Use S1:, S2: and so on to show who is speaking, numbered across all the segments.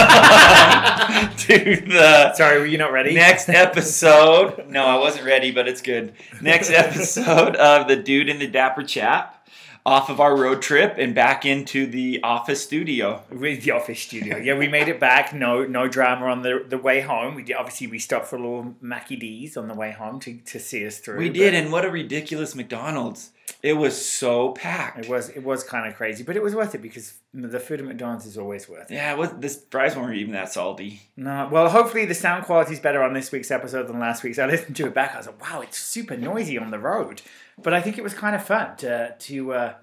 S1: to the
S2: Sorry, were you not ready?
S1: next episode. No, I wasn't ready, but it's good. Next episode of The Dude in the Dapper Chap off of our road trip and back into the office studio.
S2: With the office studio. Yeah, we made it back. No no drama on the the way home. We did, obviously we stopped for a little Mackie D's on the way home to, to see us through.
S1: We
S2: but
S1: did, and what a ridiculous McDonald's. It was so packed.
S2: It was it was kind of crazy, but it was worth it because the food at McDonald's is always worth it.
S1: Yeah, it was, this fries weren't even that salty.
S2: No, well, hopefully the sound quality's better on this week's episode than last week's. I listened to it back. I was like, wow, it's super noisy on the road, but I think it was kind of fun to to uh,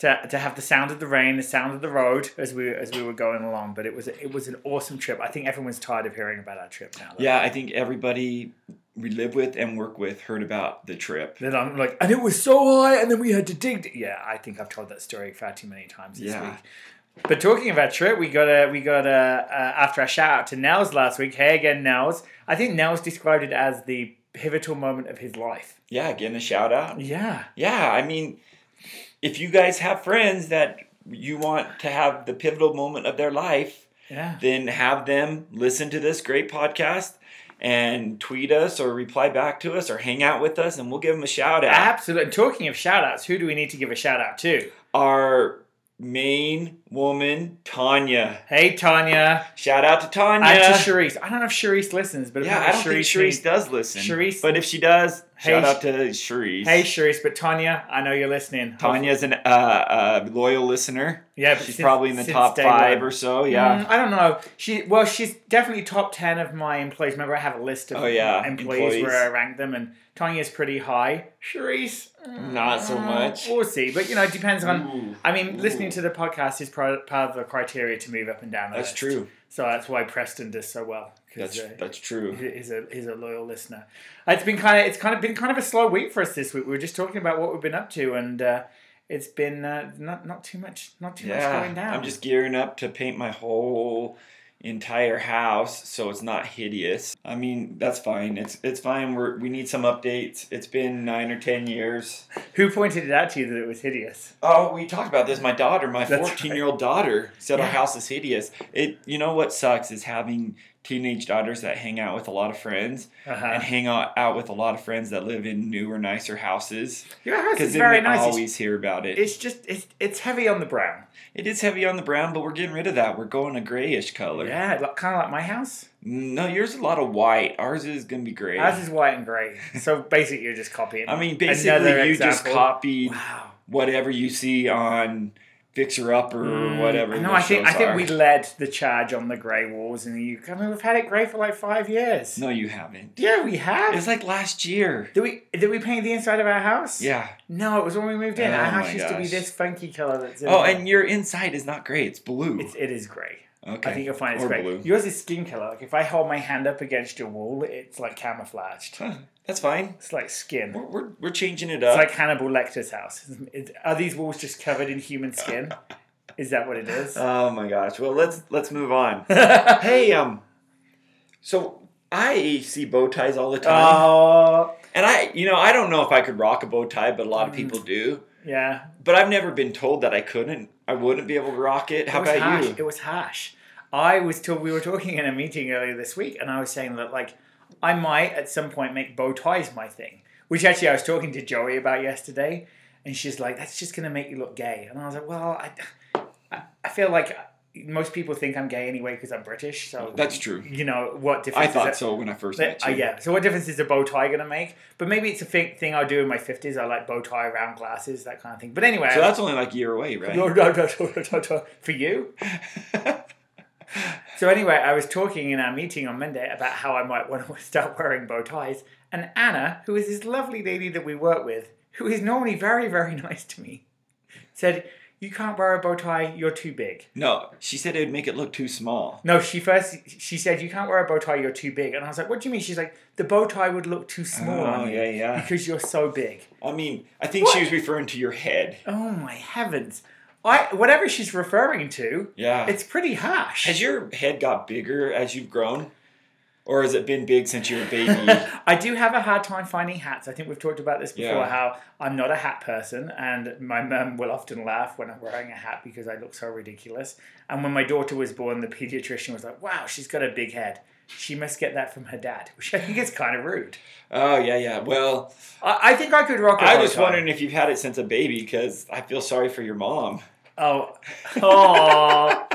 S2: to, to have the sound of the rain, the sound of the road as we as we were going along. But it was it was an awesome trip. I think everyone's tired of hearing about our trip now. though.
S1: Yeah, I think everybody we live with and work with heard about the trip.
S2: Then I'm like, and it was so high, and then we had to dig. d-" Yeah, I think I've told that story far too many times this
S1: Yeah.
S2: week. But talking about trip, we got a we got a, a uh, after a shout out to Nels last week. Hey again, Nels. I think Nels described it as the pivotal moment of his life.
S1: Yeah, getting a shout out.
S2: Yeah,
S1: Yeah, I mean, if you guys have friends that you want to have the pivotal moment of their life,
S2: yeah,
S1: then have them listen to this great podcast and tweet us or reply back to us or hang out with us and we'll give them a shout out.
S2: absolutely. And talking of shout outs, who do we need to give a shout out to?
S1: Our main woman, Tanya.
S2: Hey Tanya
S1: Shout out to Tanya.
S2: and to Sharice. I don't know if Sharice listens, but
S1: yeah, I don't
S2: apparently
S1: think
S2: Sharice
S1: Sharice does listen.
S2: Sharice-
S1: But if she does,
S2: Hey,
S1: shout
S2: Sh-
S1: out to Sharice.
S2: Hey Sharice, but Tanya, I know you're listening.
S1: Tanya's an uh, uh, loyal listener.
S2: yeah, but
S1: She's
S2: since-
S1: probably in the
S2: since
S1: top
S2: day
S1: five
S2: one.
S1: or so. Yeah.
S2: Mm, I don't know. She well, she's definitely top ten of my employees. Remember, I have a list of
S1: Oh, yeah,
S2: employees,
S1: employees.
S2: where I rank them, and Tanya's pretty high. Charisse, mm,
S1: Not so much.
S2: We'll see, but you know, it depends on.
S1: Ooh.
S2: I mean,
S1: Ooh.
S2: listening to the podcast is pro- part of the criteria to move up and down. The
S1: That's
S2: list.
S1: true.
S2: So that's why Preston does so well. 'cause,
S1: That's
S2: uh,
S1: that's true.
S2: He's a he's a loyal listener. It's been kind of it's kind of been kind of a slow week for us this week. We were just talking about what we've been up to, and uh, it's been uh, not not too much not too much going
S1: Yeah.
S2: down.
S1: I'm just gearing up to paint my whole entire house so it's not hideous. I mean, that's fine. It's it's fine. We're we need some updates. It's been nine or ten years.
S2: Who pointed it out to you that it was hideous?
S1: Oh, we talked about this. My daughter, my
S2: That's
S1: 14 year old daughter, said our
S2: Yeah.
S1: house is hideous. It, you know what sucks is having teenage daughters that hang out with a lot of friends and
S2: Uh-huh.
S1: hang out, out with a lot of friends that live in newer, nicer houses.
S2: Your house
S1: Because
S2: is
S1: then
S2: very
S1: we
S2: nice. It's-
S1: always hear about it.
S2: It's just it's it's heavy on the brown.
S1: It is heavy on the brown, but we're getting rid of that. We're going a grayish color. Mm,
S2: Yeah, like, kind of like my house.
S1: No, yours is a lot of white. Ours is gonna be gray.
S2: Ours is white and grey. So basically, you're just copying.
S1: I mean, basically,
S2: Another
S1: you just
S2: example.
S1: copied
S2: wow.
S1: whatever you see on Fixer Upper or Mm, whatever.
S2: No,
S1: those
S2: Mm, I think
S1: shows
S2: I think
S1: are.
S2: we led the charge on the grey walls, and you. I mean, we've had it grey for like five years.
S1: No, you haven't.
S2: Yeah, we have.
S1: It's like last year.
S2: did we did we paint the inside of our house?
S1: Yeah.
S2: No, it was when we moved in.
S1: Oh
S2: our
S1: my
S2: house used to be
S1: gosh.
S2: this funky color. That's in
S1: Oh,
S2: there.
S1: and your inside is not gray. It's blue.
S2: it's, it is grey.
S1: okay.
S2: I think you'll find it's
S1: or
S2: great.
S1: blue.
S2: Yours is skin color. Like if I hold my hand up against your wall, it's like camouflaged.
S1: Huh, that's fine.
S2: It's like skin.
S1: We're,
S2: It's
S1: we're, we're changing it up.
S2: like Hannibal Lecter's house. It- are these walls just covered in human skin? Is that what it is?
S1: oh my gosh. Well, let's let's move on. hey, um, so I see bow ties all the time,
S2: Oh,
S1: and I, you know, I don't know if I could rock a bow tie, but a lot of
S2: Mm.
S1: people do.
S2: yeah.
S1: But I've never been told that I couldn't. I wouldn't be able to rock it. How
S2: it was
S1: about
S2: harsh.
S1: you?
S2: It was harsh. I was till we were talking in a meeting earlier this week, and I was saying that like I might at some point make bow ties my thing, which actually I was talking to Joey about yesterday, and she's like, "That's just gonna make you look gay," and I was like, "Well, I, I- I feel like most people think I'm gay anyway because I'm British, so
S1: That's true.
S2: you know what
S1: I
S2: difference. Mm. is
S1: thought
S2: it-
S1: so when I first
S2: that-
S1: met
S2: uh,
S1: you.
S2: yeah. So what difference is a bow tie gonna make? But maybe it's a thing, thing I'll do in my fifties. I like bow tie, round glasses, that kind of thing. But anyway,
S1: So that's only like a year away, right?
S2: no, no, no, no, no, no, no. For you? so anyway, I was talking in our meeting on Monday about how I might want to start wearing bow ties, and Anna, who is this lovely lady that we work with, who is normally very, very nice to me, said, "You can't wear a bow tie. You're too big."
S1: No, she said it would make it look too small.
S2: No, she first she said, "You can't wear a bow tie. You're too big," and I was like, "What do you mean?" She's like, "The bow tie would look too small
S1: Oh,
S2: on you
S1: yeah, yeah.
S2: because you're so big."
S1: I mean, I think she was referring to your head.
S2: Oh my heavens! I whatever she's referring to,
S1: Yeah.
S2: it's pretty harsh.
S1: Has your head got bigger as you've grown? Or has it been big since you were a baby?
S2: I do have a hard time finding hats. I think we've talked about this before
S1: Yeah.
S2: how I'm not a hat person, and my mum will often laugh when I'm wearing a hat because I look so ridiculous. And when my daughter was born, the pediatrician was like, wow, she's got a big head. She must get that from her dad, which I think is kind of rude.
S1: oh yeah, yeah. Well,
S2: I, I think I could rock a
S1: I
S2: bow
S1: was
S2: tie.
S1: wondering if you've had it since a baby because I feel sorry for your mom.
S2: Oh, oh,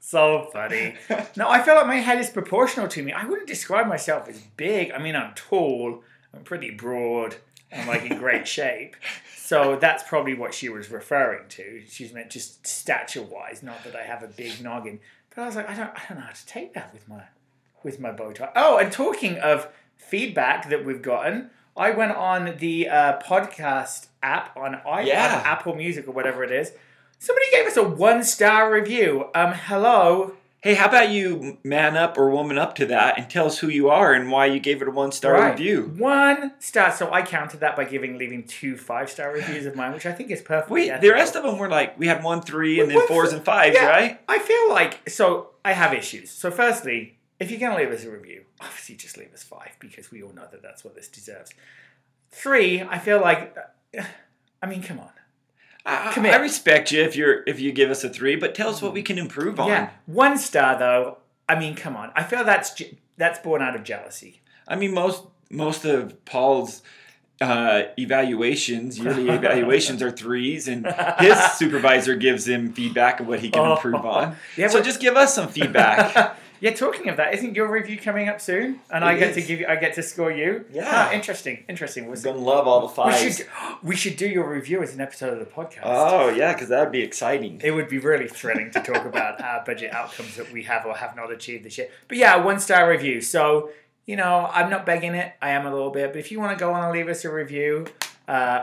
S2: so funny. No, I feel like my head is proportional to me. I wouldn't describe myself as big. I mean, I'm tall, I'm pretty broad, I'm like in great shape. So that's probably what she was referring to. She's meant just stature wise, not that I have a big noggin. But I was like, I don't, I don't know how to take that with my, with my bow tie. Oh, and talking of feedback that we've gotten. I went on the uh, podcast app on iPod,
S1: Yeah.
S2: Apple Music, or whatever it is, Somebody gave us a one star review. Um, hello.
S1: Hey, how about you man up or woman up to that and tell us who you are and why you gave it a one star review?
S2: One star. So I counted that by giving leaving two five star reviews of mine, which I think is perfect.
S1: Wait, the rest of them were like we had one three and
S2: We-
S1: then
S2: one
S1: fours
S2: th-
S1: and fives,
S2: Yeah.
S1: right?
S2: I feel like so I have issues. So firstly, if you're gonna leave us a review, obviously just leave us five because we all know that that's what this deserves. Three, I feel like, I mean, come on.
S1: I, I-
S2: Commit. Mm-hmm.
S1: I respect you if you're if you give us a three, but tell us what we can improve on.
S2: Yeah, one star though. I mean, come on. I feel that's je- that's born out of jealousy.
S1: I mean, most most of Paul's uh, evaluations, yearly evaluations, are threes, and his supervisor gives him feedback of what he can
S2: Oh.
S1: improve on.
S2: Yeah,
S1: so
S2: but-
S1: just give us some feedback.
S2: yeah, talking of that, isn't your review coming up soon? And I
S1: It
S2: get
S1: is.
S2: to give you, I get to score you.
S1: Yeah.
S2: Huh, interesting, interesting. We'll
S1: I'm
S2: see.
S1: gonna love all the
S2: We
S1: fives.
S2: should, we should do your review as an episode of the podcast.
S1: oh yeah, because that would be exciting.
S2: It would be really thrilling to talk about our budget outcomes that we have or have not achieved this year. But yeah, one star review. So you know, I'm not begging it. I am a little bit, but if you want to go on and leave us a review, uh,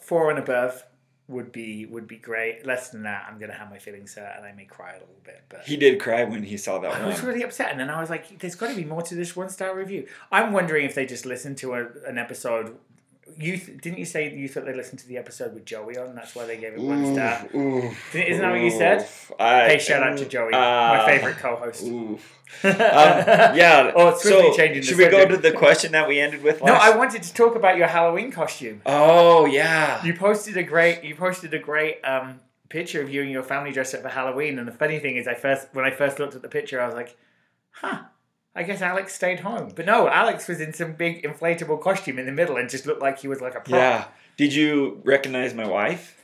S2: four and above would be would be great. Less than that, I'm gonna have my feelings hurt and I may cry a little bit. But
S1: He did cry when he saw that
S2: I was
S1: one.
S2: really upset, and then I was like, "There's got to be more to this one star review." I'm wondering if they just listened to a, an episode. You th- didn't you say you thought they listened to the episode with Joey on? That's why they gave it one star.
S1: Ooh, ooh,
S2: Didn't- isn't that what you said?
S1: oof. I-
S2: Hey, shout out to Joey, my
S1: Ah,
S2: favorite co-host.
S1: oof. Um, yeah.
S2: Oh, it's swiftly
S1: so
S2: changing the
S1: Should we go
S2: subject.
S1: to the question that we ended with?
S2: No,
S1: last?
S2: I wanted to talk about your Halloween costume.
S1: Oh yeah.
S2: You posted a great. You posted a great. Um, picture of you and your family dressed up for Halloween and the funny thing is I first when I first looked at the picture I was like huh I guess Alex stayed home but no Alex was in some big inflatable costume in the middle and just looked like he was like a prop
S1: Yeah. Did you recognize my wife?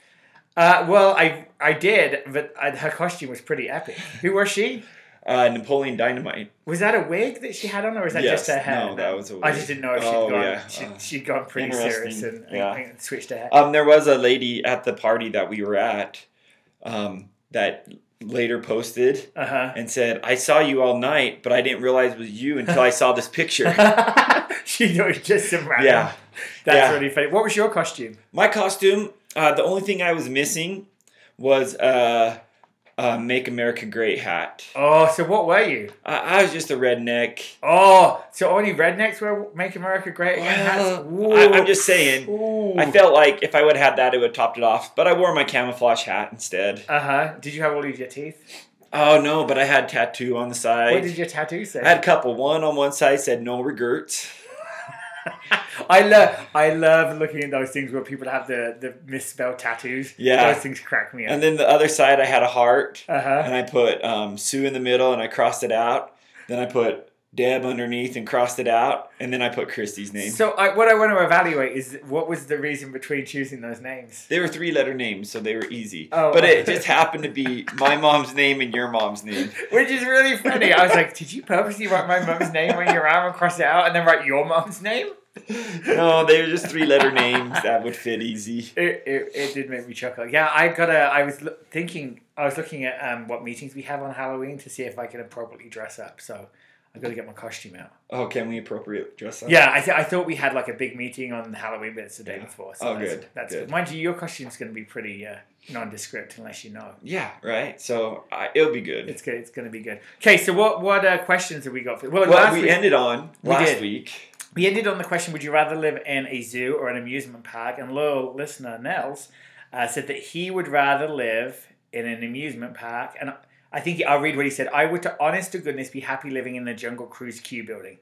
S2: Uh, well, I I did, but I, her costume was pretty epic. Who was she?
S1: Uh, Napoleon Dynamite.
S2: Was that a wig that she had on, or was that
S1: Yes,
S2: just her hair?
S1: no, that was a
S2: I
S1: wig.
S2: just didn't know if she had
S1: Oh,
S2: gone.
S1: yeah.
S2: She,
S1: Uh,
S2: she'd gone pretty serious
S1: interesting.
S2: and,
S1: Yeah.
S2: and switched her hair.
S1: Um, there was a lady at the party that we were at um, that later posted
S2: Uh huh.
S1: and said, I saw you all night, but I didn't realize it was you until I saw this picture.
S2: she was just some random.
S1: yeah.
S2: that's
S1: yeah.
S2: really funny. What was your costume?
S1: My costume, uh, the only thing I was missing was uh, a Make America Great hat.
S2: Oh, so what were you?
S1: I, I was just a redneck.
S2: Oh, so only rednecks wear "Make America Great Again" hats.
S1: Well, Uh, I, am just saying. I
S2: Uh
S1: felt like if I would have had that, it would have topped it off. But I wore my camouflage hat instead.
S2: huh. Uh-huh. Did you have all of your teeth?
S1: Oh no! But I had tattoo on the
S2: What
S1: side.
S2: did your tattoo say?
S1: I had a couple. One on one side said "No regrets."
S2: I love I love looking at those things where people have the, the misspelled tattoos.
S1: Yeah.
S2: Those things crack me up.
S1: And then the other side, I had a heart,
S2: Uh huh.
S1: and I put um, Sue in the middle, and I crossed it out. Then I put Deb underneath and crossed it out, and then I put Christy's name.
S2: So I, what I want to evaluate is what was the reason between choosing those names?
S1: they were three letter names, so they were easy.
S2: Oh.
S1: But it just happened to be my mom's name and your mom's name.
S2: Which is really funny. I was like, did you purposely write my mum's name on your arm and cross it out and then write your mum's name?
S1: No, they were just three letter names that would fit easy.
S2: It, it, it did make me chuckle. Yeah, I got a. I was lo- thinking. I was looking at um, what meetings we have on Halloween to see if I can appropriately dress up. So I've got to get my costume out.
S1: Oh, can we appropriate dress up?
S2: Yeah, I, th- I thought we had like a big meeting on Halloween, but it's the day before. So
S1: Oh,
S2: that's,
S1: good,
S2: That's
S1: good.
S2: good. Mind you, your costume's going to be pretty uh, nondescript unless you know.
S1: Yeah, right. So I, it'll be good.
S2: It's good. It's going to be good. Okay, so what what uh, questions have we got for? Well,
S1: well,
S2: last
S1: we
S2: week,
S1: ended on
S2: We
S1: last
S2: did.
S1: week.
S2: we ended on the question: Would you rather live in a zoo or an amusement park? And loyal listener Nels uh, said that he would rather live in an amusement park, and I think I'll read what he said. I would, to honest to goodness, be happy living in the Jungle Cruise Q building,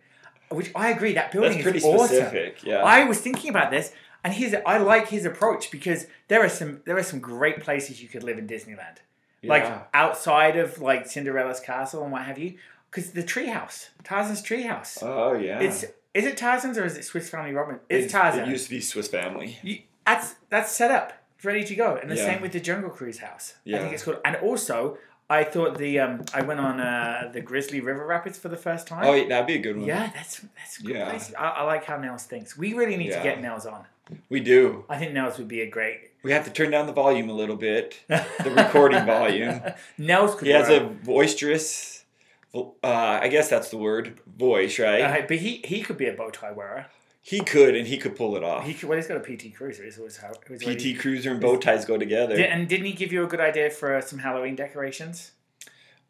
S2: which I agree. That building
S1: That's
S2: is
S1: pretty
S2: awesome.
S1: specific. Yeah.
S2: I was thinking about this, and his I like his approach because there are some there are some great places you could live in Disneyland,
S1: Yeah.
S2: like outside of like Cinderella's castle and what have you. Because the treehouse, Tarzan's treehouse.
S1: oh yeah.
S2: It's is it Tarzan's or is it Swiss Family Robin? It's,
S1: It-
S2: Tarzan.
S1: It used to be Swiss Family.
S2: You, that's that's set up, It's ready to go, and the
S1: Yeah.
S2: same with the Jungle Cruise house. I
S1: Yeah.
S2: think it's called. And also, I thought the um, I went on uh, the Grizzly River Rapids for the first time.
S1: Oh, yeah, that'd be a good one.
S2: Yeah, that's that's a good
S1: Yeah.
S2: place. I, I like how Nels thinks. We really need
S1: Yeah.
S2: to get Nels on.
S1: We do.
S2: I think Nels would be a great.
S1: We have to turn down the volume a little bit. The recording volume.
S2: Nels could.
S1: He has a
S2: grow.
S1: boisterous, uh, I guess that's the word, voice, right?
S2: Uh, but he he could be a bow tie wearer.
S1: he could, and he could pull it off.
S2: He could, well, he's got a PT Cruiser. Is always how. Is what he-
S1: PT Cruiser and bow ties go together.
S2: Di- and didn't he give you a good idea for uh, some Halloween decorations?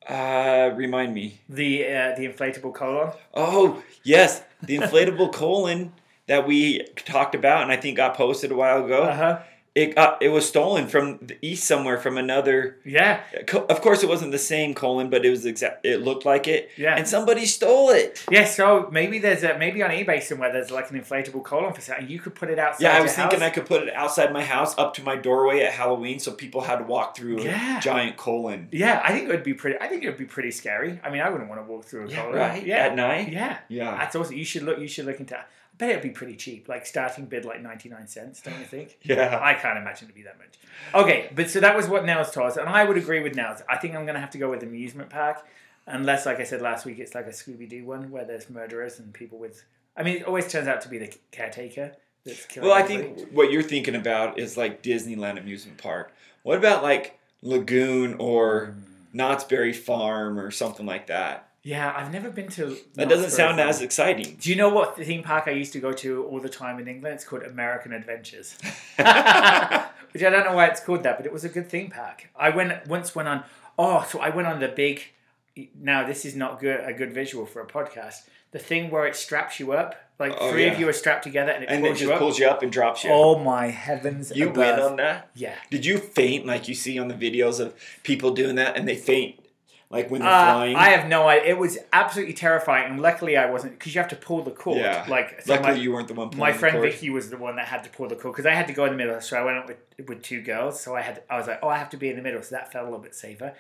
S1: Uh, remind me.
S2: The uh, the inflatable colon.
S1: Oh, yes, the inflatable colon that we talked about, and I think got posted a while ago.
S2: Uh huh.
S1: It got, it was stolen from the east somewhere from another.
S2: Yeah.
S1: co- Of course, it wasn't the same colon, but it was exact. It looked like it.
S2: Yeah.
S1: And somebody stole it.
S2: Yeah, so maybe there's a maybe on eBay somewhere there's like an inflatable colon for sale, and you could put it outside.
S1: Yeah, I was
S2: your
S1: thinking I
S2: house.
S1: could put it outside my house, up to my doorway at Halloween, so people had to walk through
S2: Yeah.
S1: a giant colon.
S2: Yeah, I think it would be pretty. I think it would be pretty scary. I mean, I wouldn't want to walk through a colon.
S1: Right.
S2: Yeah.
S1: At night.
S2: yeah.
S1: Yeah.
S2: That's awesome. You should look. You should look into. I bet it'd be pretty cheap, like starting bid like ninety nine cents. Don't you think?
S1: Yeah.
S2: I can't imagine it'd be that much. Okay, but so that was what Nels told us, and I would agree with Nels. I think I'm going to have to go with amusement park, unless, like I said last week, it's like a Scooby Doo one where there's murderers and people with. I mean, it always turns out to be the caretaker that's killing.
S1: Well, I
S2: everybody.
S1: think what you're thinking about is like Disneyland amusement park. What about like Lagoon or
S2: Mm.
S1: Knott's Berry Farm or something like that?
S2: Yeah, I've never been to.
S1: That
S2: Knott's
S1: doesn't
S2: Berry
S1: sound
S2: Farm.
S1: as exciting.
S2: Do you know what theme park I used to go to all the time in England? It's called American Adventures, which I don't know why it's called that, but it was a good theme park. I went once went on. Oh, so I went on the big. Now this is not good. A good visual for a podcast. The thing where it straps you up, like three
S1: Oh,
S2: of
S1: yeah.
S2: you are strapped together, and it
S1: And it
S2: pulls you
S1: just
S2: up.
S1: pulls you up and drops you.
S2: Oh my heavens!
S1: you win
S2: above.
S1: on that?
S2: Yeah.
S1: Did you faint like you see on the videos of people doing that and they faint like when they're
S2: Uh,
S1: flying?
S2: I have no idea. It was absolutely terrifying, and luckily I wasn't because you have to pull the cord.
S1: yeah.
S2: Like so
S1: Luckily,
S2: my-
S1: you weren't the one pulling
S2: my
S1: the
S2: friend
S1: cord.
S2: Vicky was the one that had to pull the cord because I had to go in the middle. So I went up with, with two girls. So I had I was like, oh, I have to be in the middle. So that felt a little bit safer.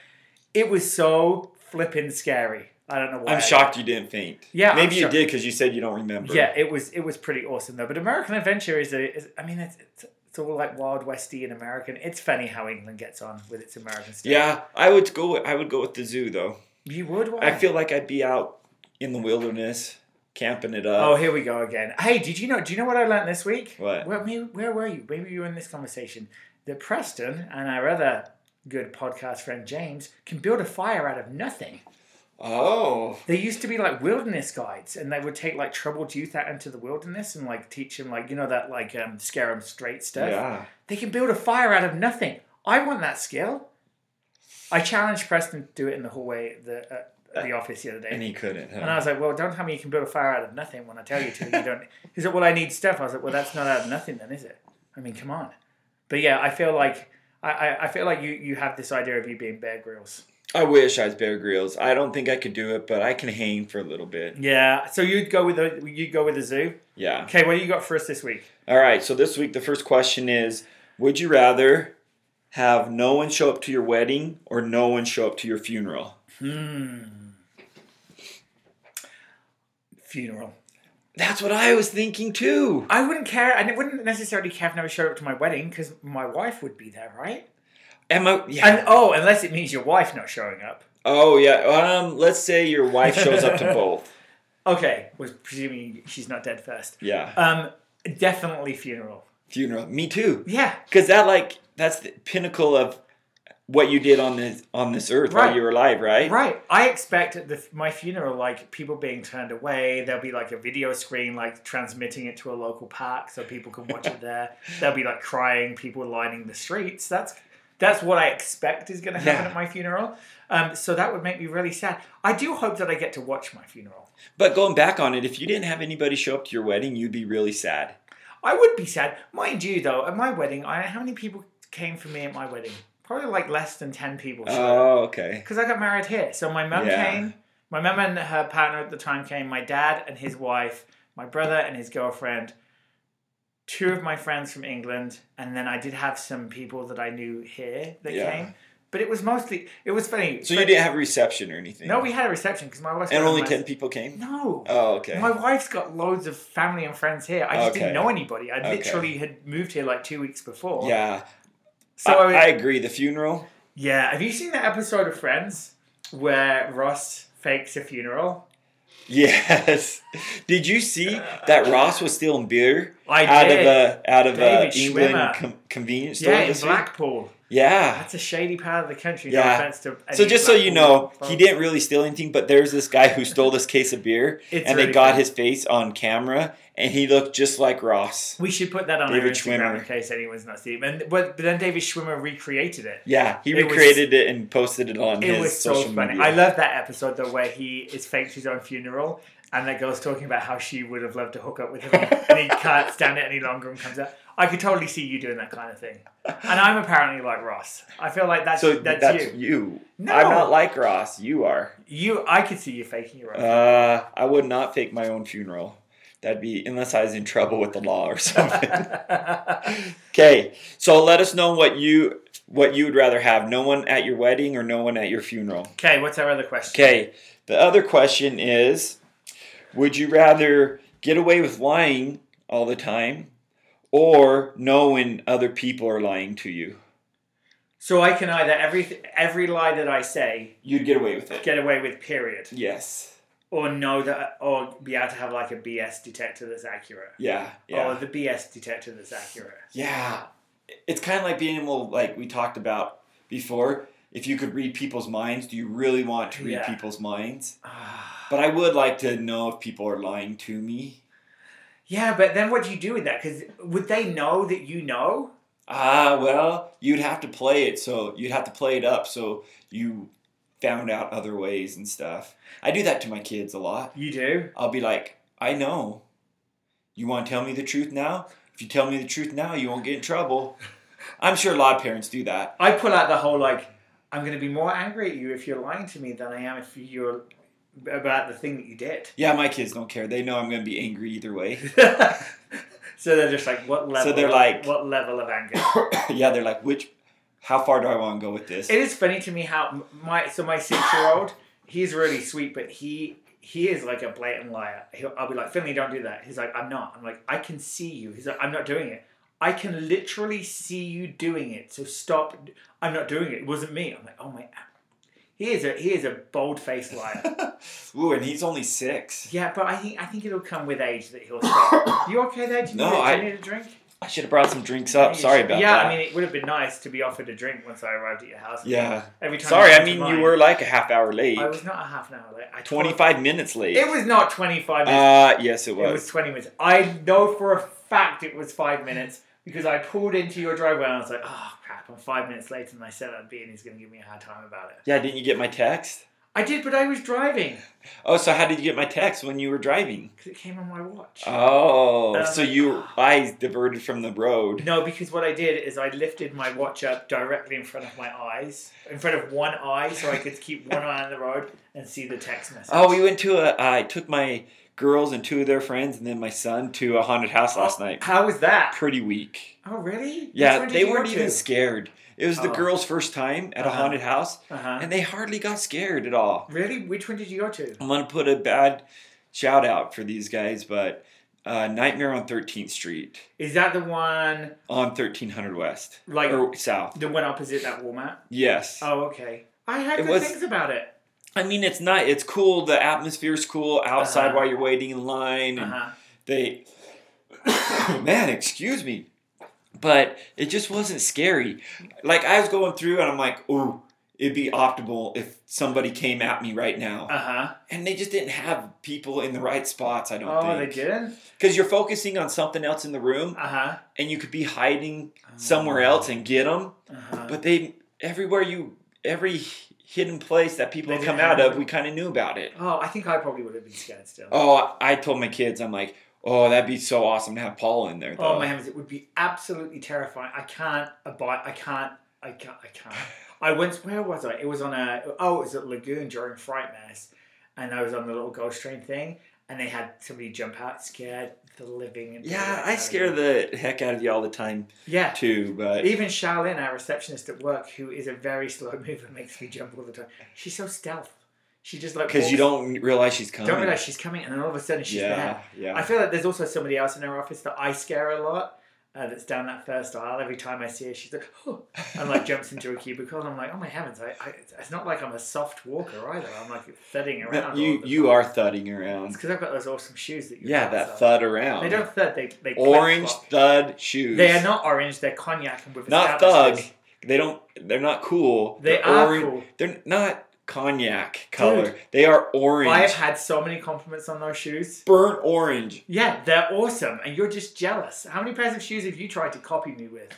S2: It was so flippin' scary. I don't know why. I-
S1: I'm shocked you didn't faint.
S2: Yeah,
S1: Maybe
S2: I'm
S1: you
S2: shocked.
S1: did because you said you don't remember.
S2: Yeah, it was it was pretty awesome though. But American Adventure is a is, I mean it's, it's it's all like Wild Westy and American. It's funny how England gets on with its American stuff.
S1: Yeah, I would go. I would go with the zoo though.
S2: you would. Why?
S1: I feel like I'd be out in the wilderness, camping it
S2: Oh,
S1: up.
S2: here we go again. Hey, did you know? Do you know what I learned this week?
S1: What?
S2: Where, me- where were you? Maybe you were in this conversation. That Preston and our other good podcast friend James can build a fire out of nothing.
S1: Oh,
S2: They used to be like wilderness guides, and they would take like troubled youth out into the wilderness and like teach them like you know that like um, scare them straight stuff.
S1: yeah.
S2: They can build a fire out of nothing. I want that skill. I challenged Preston to do it in the hallway at the uh, the office the other day.
S1: And he couldn't. huh?
S2: And I was like, well, don't tell me you can build a fire out of nothing when I tell you to. You don't. He's like, well, I need stuff. I was like, well, that's not out of nothing then, is it? I mean, come on. But yeah, I feel like I, I, I feel like you, you have this idea of you being Bear Grylls.
S1: I wish I was Bear Grylls. I don't think I could do it, but I can hang for a little bit.
S2: Yeah. So you'd go with the you'd go with the zoo.
S1: Yeah.
S2: Okay, what do you got for us this week?
S1: All right. So this week, the first question is: Would you rather have no one show up to your wedding or no one show up to your funeral?
S2: Funeral.
S1: That's what I was thinking too.
S2: I wouldn't care, and it wouldn't necessarily care if never showed up to my wedding because my wife would be there, right?
S1: Am I? Yeah.
S2: And oh, unless it means your wife not showing up.
S1: oh yeah. Um. Let's say your wife shows up to both.
S2: Okay, was presuming she's not dead first.
S1: Yeah.
S2: Um, definitely funeral.
S1: Funeral. Me too.
S2: Yeah,
S1: because that like that's the pinnacle of what you did on this on this earth
S2: Right.
S1: while you were alive, right?
S2: Right. I expect at the, my funeral, like people being turned away. There'll be like a video screen, like transmitting it to a local park so people can watch it there. There'll be like crying people lining the streets. That's that's what I expect is going to happen
S1: Yeah.
S2: at my funeral. Um, so that would make me really sad. I do hope that I get to watch my funeral.
S1: But going back on it, if you didn't have anybody show up to your wedding, you'd be really sad.
S2: I would be sad, mind you. Though at my wedding, I how many people came for me at my wedding? probably like less than 10 people showed
S1: Oh, okay.
S2: because I got married here. So my mum
S1: Yeah.
S2: came, my mum and her partner at the time came, my dad and his wife, my brother and his girlfriend, two of my friends from England, and then I did have some people that I knew here that
S1: Yeah.
S2: came. But it was mostly, it was funny.
S1: So you didn't have reception or anything?
S2: No, we had a reception because my wife.
S1: And only 10 people came?
S2: No.
S1: Oh, okay.
S2: My wife's got loads of family and friends here. I just didn't
S1: Okay.
S2: know anybody. I
S1: Okay.
S2: literally had moved here like two weeks before.
S1: yeah.
S2: So
S1: I, I agree. The funeral?
S2: yeah. Have you seen that episode of Friends where Ross fakes a funeral?
S1: Yes. Did you see that Ross was stealing beer
S2: I
S1: out
S2: did.
S1: of a out of a
S2: David
S1: England
S2: Schwimmer.
S1: com- convenience store
S2: yeah, in
S1: this week?
S2: Blackpool.
S1: Yeah.
S2: That's a shady part of the country. No
S1: Yeah.
S2: offense to.
S1: So
S2: any
S1: just so you know,
S2: Blackpool
S1: he
S2: folks.
S1: didn't really steal anything, but there's this guy who stole this case of beer,
S2: It's
S1: and
S2: really
S1: they got
S2: funny.
S1: his face on camera, and he looked just like Ross.
S2: We should put that on our
S1: David
S2: Instagram in
S1: Schwimmer.
S2: case anyone's not seen. it. And but, but then David Schwimmer recreated it.
S1: Yeah, he
S2: It was-
S1: recreated it and posted it on
S2: It
S1: his
S2: was so
S1: social
S2: funny.
S1: media.
S2: I love that episode though, where he is faked his own funeral, and that girl's talking about how she would have loved to hook up with him, and he can't stand it any longer and comes out. I could totally see you doing that kind of thing, and I'm apparently like Ross. I feel like that's
S1: so
S2: that's, you. No.
S1: I'm not like Ross. You are.
S2: You, I could see you faking your own.
S1: Uh, I would not fake my own funeral. That'd be unless I was in trouble with the law or something. Uh. okay, so let us know what you what you would rather have: no one at your wedding or no one at your funeral.
S2: okay, what's our other question?
S1: Okay, the other question is: Would you rather get away with lying all the time, or know when other people are lying to you?
S2: So I can either every every lie that I say
S1: You'd get away with it.
S2: get away with, period,
S1: Yes.
S2: or know that, or be able to have like a BS detector that's accurate,
S1: Yeah. Yeah.
S2: or the BS detector that's accurate.
S1: Yeah, it's kind of like being able, like we talked about before. If you could read people's minds, do you really want to read
S2: Yeah.
S1: people's minds? But I would like to know if people are lying to me.
S2: Yeah, but then what do you do with that? Because would they know that you know?
S1: Ah, well, you'd have to play it, so you'd have to play it up, so you found out other ways and stuff. I do that to my kids a lot.
S2: You do.
S1: I'll be like, I know. You want to tell me the truth now? If you tell me the truth now, you won't get in trouble. I'm sure a lot of parents do that.
S2: I pull out the whole like, I'm going to be more angry at you if you're lying to me than I am if you're about the thing that you did.
S1: Yeah, my kids don't care. They know I'm going to be angry either way.
S2: so they're just like, what level?
S1: they're like-
S2: what level of anger?
S1: yeah, they're like, which, how far do I want to go with this?
S2: it is funny to me how my so my six year old, he's really sweet, but he. He is like a blatant liar. He'll, I'll be like, Finley, don't do that. He's like, I'm not. I'm like, I can see you. He's like, I'm not doing it. I can literally see you doing it. So stop. I'm not doing it. It wasn't me. I'm like, oh my. He is a he is a bold faced liar.
S1: Ooh, and he's only six.
S2: Yeah, but I think I think it'll come with age that he'll stop. you okay there? Do you,
S1: No,
S2: need, a- do
S1: I-
S2: you need a drink?
S1: I should have brought some drinks up. Sorry about
S2: yeah,
S1: that.
S2: I mean, it would have been nice to be offered a drink once I arrived at your house.
S1: yeah.
S2: Every time.
S1: Sorry, I
S2: came to
S1: mean,
S2: mine,
S1: you were like a half hour late.
S2: I was not a half an hour late. I told-
S1: 25 minutes late.
S2: It was not twenty-five minutes.
S1: uh, yes, it was.
S2: it was twenty minutes. I know for a fact it was five minutes because I pulled into your driveway and I was like, "Oh crap, I'm five minutes later than I said I'd be," and he's going to give me a hard time about it.
S1: yeah, didn't you get my text?
S2: I did, but I was driving
S1: Oh, so how did you get my text when you were driving?
S2: because it came on my watch.
S1: Oh,
S2: Um,
S1: so your eyes diverted from the road.
S2: No, because what I did is I lifted my watch up directly in front of my eyes, in front of one eye, so I could keep one eye on the road and see the text message.
S1: Oh, we went to a. I took my girls and two of their friends and then my son to a haunted house last night.
S2: Oh, How was that?
S1: Pretty weak.
S2: Oh, really? Which
S1: Yeah,
S2: one did
S1: they
S2: you go
S1: weren't even
S2: to?
S1: scared. It was the
S2: Oh.
S1: girl's first time at a
S2: Uh-huh.
S1: haunted house,
S2: Uh-huh.
S1: and they hardly got scared at all.
S2: Really? Which one did you go to?
S1: I'm gonna put a bad shout out for these guys, but uh, Nightmare on 13th Street
S2: Is that the one,
S1: on 1300 West,
S2: Like-
S1: or South.
S2: the one opposite that Walmart?
S1: Yes,
S2: Oh, okay. I heard
S1: It
S2: good
S1: was-
S2: things about it.
S1: I mean it's not. It's cool. The atmosphere's cool outside
S2: Uh-huh.
S1: while you're waiting in line. and
S2: Uh-huh.
S1: They, man, excuse me, but it just wasn't scary. Like I was going through, and I'm like, ooh. It'd be optimal if somebody came at me right now.
S2: Uh-huh.
S1: and they just didn't have people in the right spots. I don't
S2: Oh, they
S1: think
S2: didn't?
S1: because you're focusing on something else in the room,
S2: Uh-huh. Oh.
S1: and you could be hiding somewhere else and get them.
S2: Uh-huh.
S1: But they everywhere you every hidden place that people
S2: They
S1: would
S2: didn't
S1: come out
S2: have
S1: of,
S2: them.
S1: we kind of knew about it.
S2: Oh, I think I probably would have been scared still.
S1: Oh, I I told my kids, I'm like, oh, that'd be so awesome to have Paul in there. Though.
S2: Oh my heavens, it would be absolutely terrifying. I can't abide I can't I can't. I can't. I once. Where was I? It was on a. Oh, it was at Lagoon during Fright Mass, and I was on the little ghost train thing, and they had somebody jump out, scared the living. and
S1: Yeah,
S2: daylight out
S1: I
S2: of
S1: scare
S2: me.
S1: the heck out of you all the time
S2: Yeah.
S1: too, but
S2: Even Charlene, our receptionist at work, who is a very slow mover, makes me jump all the time. She's so stealth. She just like
S1: because you
S2: walks-
S1: don't realize she's coming.
S2: don't realize she's coming, and then all of a sudden she's
S1: yeah,
S2: there.
S1: yeah.
S2: I feel like there's also somebody else in our office that I scare a lot. Uh, that's down that first aisle. Every time I see her, she's like, oh, and like jumps into a cubicle, and I'm like, oh my heavens! I, I it's not like I'm a soft walker either. I'm like thudding around.
S1: you you are thudding around.
S2: because I've got those awesome shoes that you.
S1: Yeah,
S2: can't
S1: that
S2: sell.
S1: thud around.
S2: They don't thud. They they
S1: Orange
S2: flip-flop.
S1: thud shoes.
S2: They are not orange. They're cognac and with
S1: not thug.
S2: established-
S1: They don't. They're not cool.
S2: They
S1: they're
S2: are
S1: orange.
S2: cool.
S1: They're not cognac color. They are orange,
S2: I have had so many compliments on those shoes.
S1: burnt orange.
S2: Yeah, they're awesome, and you're just jealous. How many pairs of shoes have you tried to copy me with?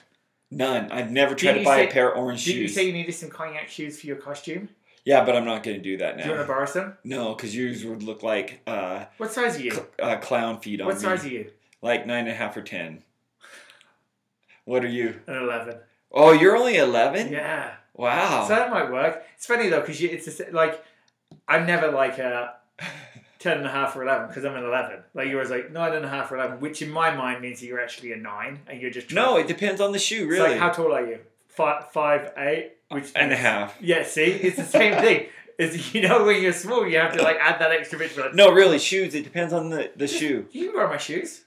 S1: None. I've never tried
S2: Didn't
S1: to
S2: you
S1: buy a
S2: say-
S1: pair of orange
S2: Did you
S1: shoes.
S2: say you needed some cognac shoes for your costume?
S1: yeah, but I'm not going to do that
S2: Do you want to
S1: now.
S2: borrow some?
S1: No, because yours would look like uh,
S2: What size are you?
S1: cl- uh, clown feet on
S2: What
S1: me.
S2: size are you?
S1: Like nine and a half or ten. What are you?
S2: An eleven.
S1: Oh, you're only eleven.
S2: Yeah.
S1: Wow.
S2: So that might work. It's funny though, because it's just, like I'm never like a ten and a half or eleven because I'm an eleven. Like you're always like nine and a half or eleven, which in my mind means that you're actually a nine, and you're just
S1: no, it depends on the shoe,
S2: It's
S1: really.
S2: like how tall are you? Five, five, eight, which
S1: and a
S2: means-
S1: half.
S2: Yeah, see, it's the same thing. It's, you know, when you're small, you have to like add that extra bit. Like,
S1: No, really, shoes. It depends on the the shoe.
S2: you can wear my shoes.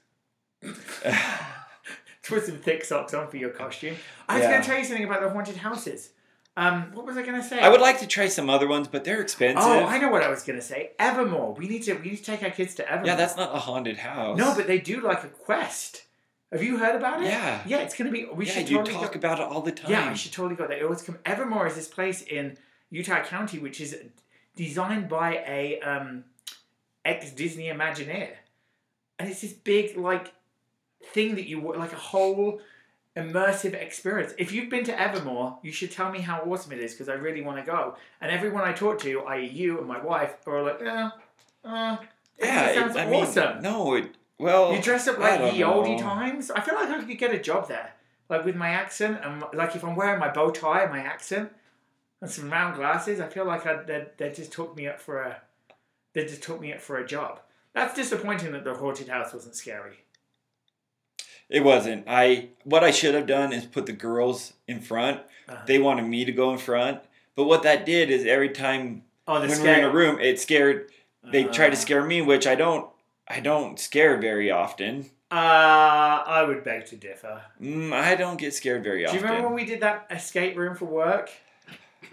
S2: Put some thick socks on for your costume. I was
S1: Yeah.
S2: going to tell you something about the haunted houses. Um, what was I going to say?
S1: I would like to try some other ones, but they're expensive.
S2: Oh, I know what I was going to say. Evermore. We need to. We need to take our kids to Evermore.
S1: yeah, that's not a haunted house.
S2: No, but they do like a quest. Have you heard about it?
S1: Yeah.
S2: Yeah, it's going to be. We
S1: yeah,
S2: should
S1: you
S2: totally
S1: talk
S2: go-
S1: about it all the time.
S2: Yeah, I should totally go there. It always come. Evermore is this place in Utah County, which is designed by a um, ex Disney Imagineer, and it's this big like thing that you wa- like a whole immersive experience. If you've been to Evermore, you should tell me how awesome it is because I really want to go. And everyone I talk to, i.e., you and my wife, are all like, eh, uh,
S1: yeah,
S2: it sounds
S1: I mean,
S2: awesome.
S1: No, it, well,
S2: you dress up
S1: I
S2: like
S1: don't
S2: ye olde
S1: know.
S2: times. I feel like I could get a job there, like with my accent and my- like if I'm wearing my bow tie and my accent and some round glasses. I feel like I they they just took me up for a they just took me up for a job. That's disappointing that the haunted house wasn't scary.
S1: It wasn't. I what I should have done is put the girls in front.
S2: Uh-huh.
S1: They wanted me to go in front, but what that did is every time
S2: Oh, the
S1: when
S2: scary.
S1: we were in a room, it scared. They tried
S2: Uh.
S1: to scare me, which I don't. I don't scare very often.
S2: Uh, I would beg to differ.
S1: Mm, I don't get scared very
S2: Do
S1: often.
S2: you remember when we did that escape room for work?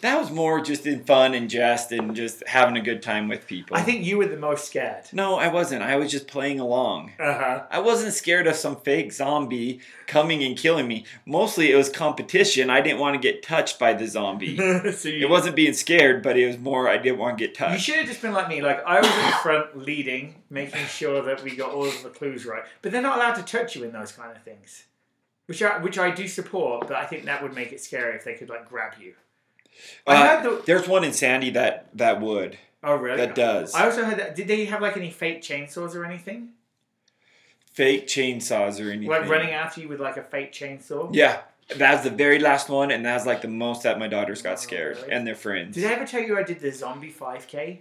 S1: That was more just in fun and jest and just having a good time with people.
S2: I think you were the most scared.
S1: No, I wasn't. I was just playing along.
S2: Uh huh.
S1: I wasn't scared of some fake zombie coming and killing me. Mostly it was competition. I didn't want to get touched by the zombie.
S2: so
S1: It
S2: you,
S1: wasn't being scared, but it was more I didn't want to get
S2: You
S1: touched.
S2: should have just been like me. Like I was in front, leading, making sure that we got all of the clues right. But they're not allowed to touch you in those kind of things, which I which I do support. But I think that would make it scary if they could like grab you. I
S1: Uh,
S2: heard the.
S1: There's one in Sandy that that would.
S2: Oh really?
S1: That does.
S2: I also heard that. Did they have like any fake chainsaws or anything?
S1: Fake chainsaws or anything.
S2: Like running after you with like a fake chainsaw?
S1: Yeah. That was the very last one, and that was like the most that my daughters
S2: Oh,
S1: got scared
S2: really?
S1: and their friends.
S2: Did I ever tell you I did the zombie five k?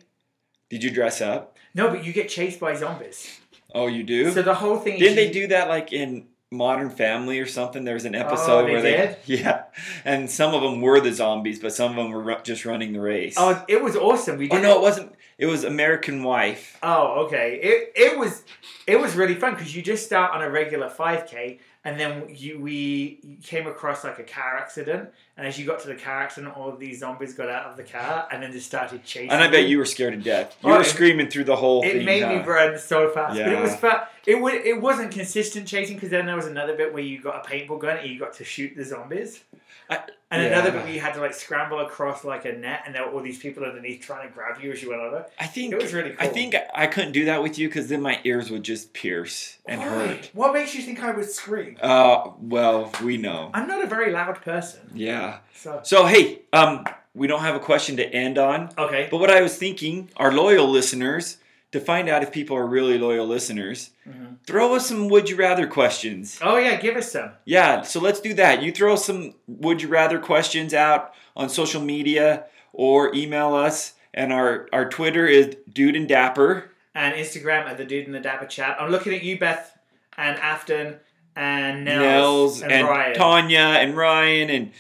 S1: Did you dress up?
S2: No, but you get chased by zombies.
S1: Oh, you do?
S2: So the whole thing. is
S1: Didn't they
S2: you-
S1: do that like in Modern Family or something? There was an episode
S2: Oh, they
S1: where they yeah, and some of them were the zombies, but some of them were ru- just running the race. Oh,
S2: Oh, it was awesome. We did.
S1: no, it wasn't. It was American Wife.
S2: Oh, okay. It it was it was really fun because you just start on a regular five k, and then you we came across like a car accident, and as you got to the car accident, all of these zombies got out of the car and then just started chasing.
S1: And I bet you were scared to death. You
S2: Oh,
S1: were
S2: it-
S1: screaming through the whole
S2: It
S1: thing.
S2: made me
S1: huh?
S2: run so fast, but it
S1: Yeah.
S2: was fun. It would it wasn't consistent chasing because then there was another bit where you got a paintball gun and you got to shoot the zombies.
S1: I-
S2: and another
S1: yeah.
S2: bit where you had to like scramble across like a net, and there were all these people underneath trying to grab you as you went over.
S1: I think
S2: It was really
S1: I
S2: cool.
S1: think I couldn't do that with you because then my ears would just pierce and
S2: Why?
S1: hurt.
S2: What makes you think I would scream?
S1: Uh, well, we know.
S2: I'm not a very loud person,
S1: Yeah.
S2: so
S1: So hey, um, we don't have a question to end on.
S2: okay.
S1: But what I was thinking, our loyal listeners to find out if people are really loyal listeners,
S2: Mm-hmm.
S1: throw us some would you rather questions.
S2: Oh yeah, give us some.
S1: Yeah, so let's do that. You throw some would you rather questions out on social media or email us. And our, our Twitter is dude and dapper.
S2: And Instagram at the Dude and the Dapper Chat. I'm looking at you, Beth, and Afton, and Nels,
S1: Nels
S2: and,
S1: and,
S2: Ryan.
S1: Tanya and Ryan and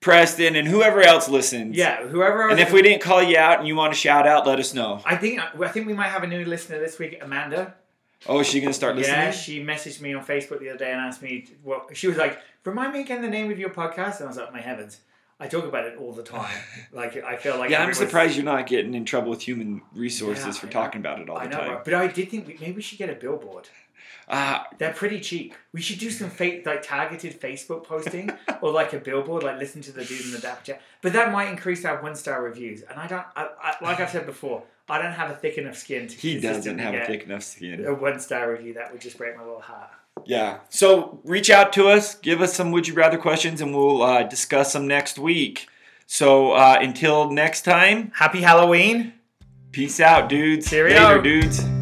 S1: Preston and whoever else listens.
S2: Yeah, whoever. else-
S1: And if we didn't call you out and you want to shout out, let us know.
S2: I think I think we might have a new listener this week, Amanda.
S1: Oh, is she gonna start listening?
S2: Yeah, she messaged me on Facebook the other day and asked me what she was like. Remind me again the name of your podcast, and I was like, my heavens, I talk about it all the time. Like I feel like
S1: Yeah, I'm
S2: everyone's-
S1: surprised you're not getting in trouble with human resources
S2: Yeah,
S1: for
S2: I know.
S1: talking about it all the
S2: I know,
S1: time.
S2: right? but I did think we, maybe we should get a billboard.
S1: Ah,
S2: They're pretty cheap. We should do some fake, like targeted Facebook posting or like a billboard, like listen to the dude in the dapper chat. But that might increase our one star reviews. And I don't, I, I, like I've said before, I don't have a thick enough skin to.
S1: he doesn't
S2: consistently
S1: have a
S2: get
S1: thick enough skin.
S2: A one star review that would just break my little heart.
S1: Yeah. So reach out to us, give us some would you rather questions, and we'll uh, discuss them next week. So uh, until next time,
S2: Happy Halloween.
S1: peace out, dudes.
S2: Cheerio.
S1: Later, dudes.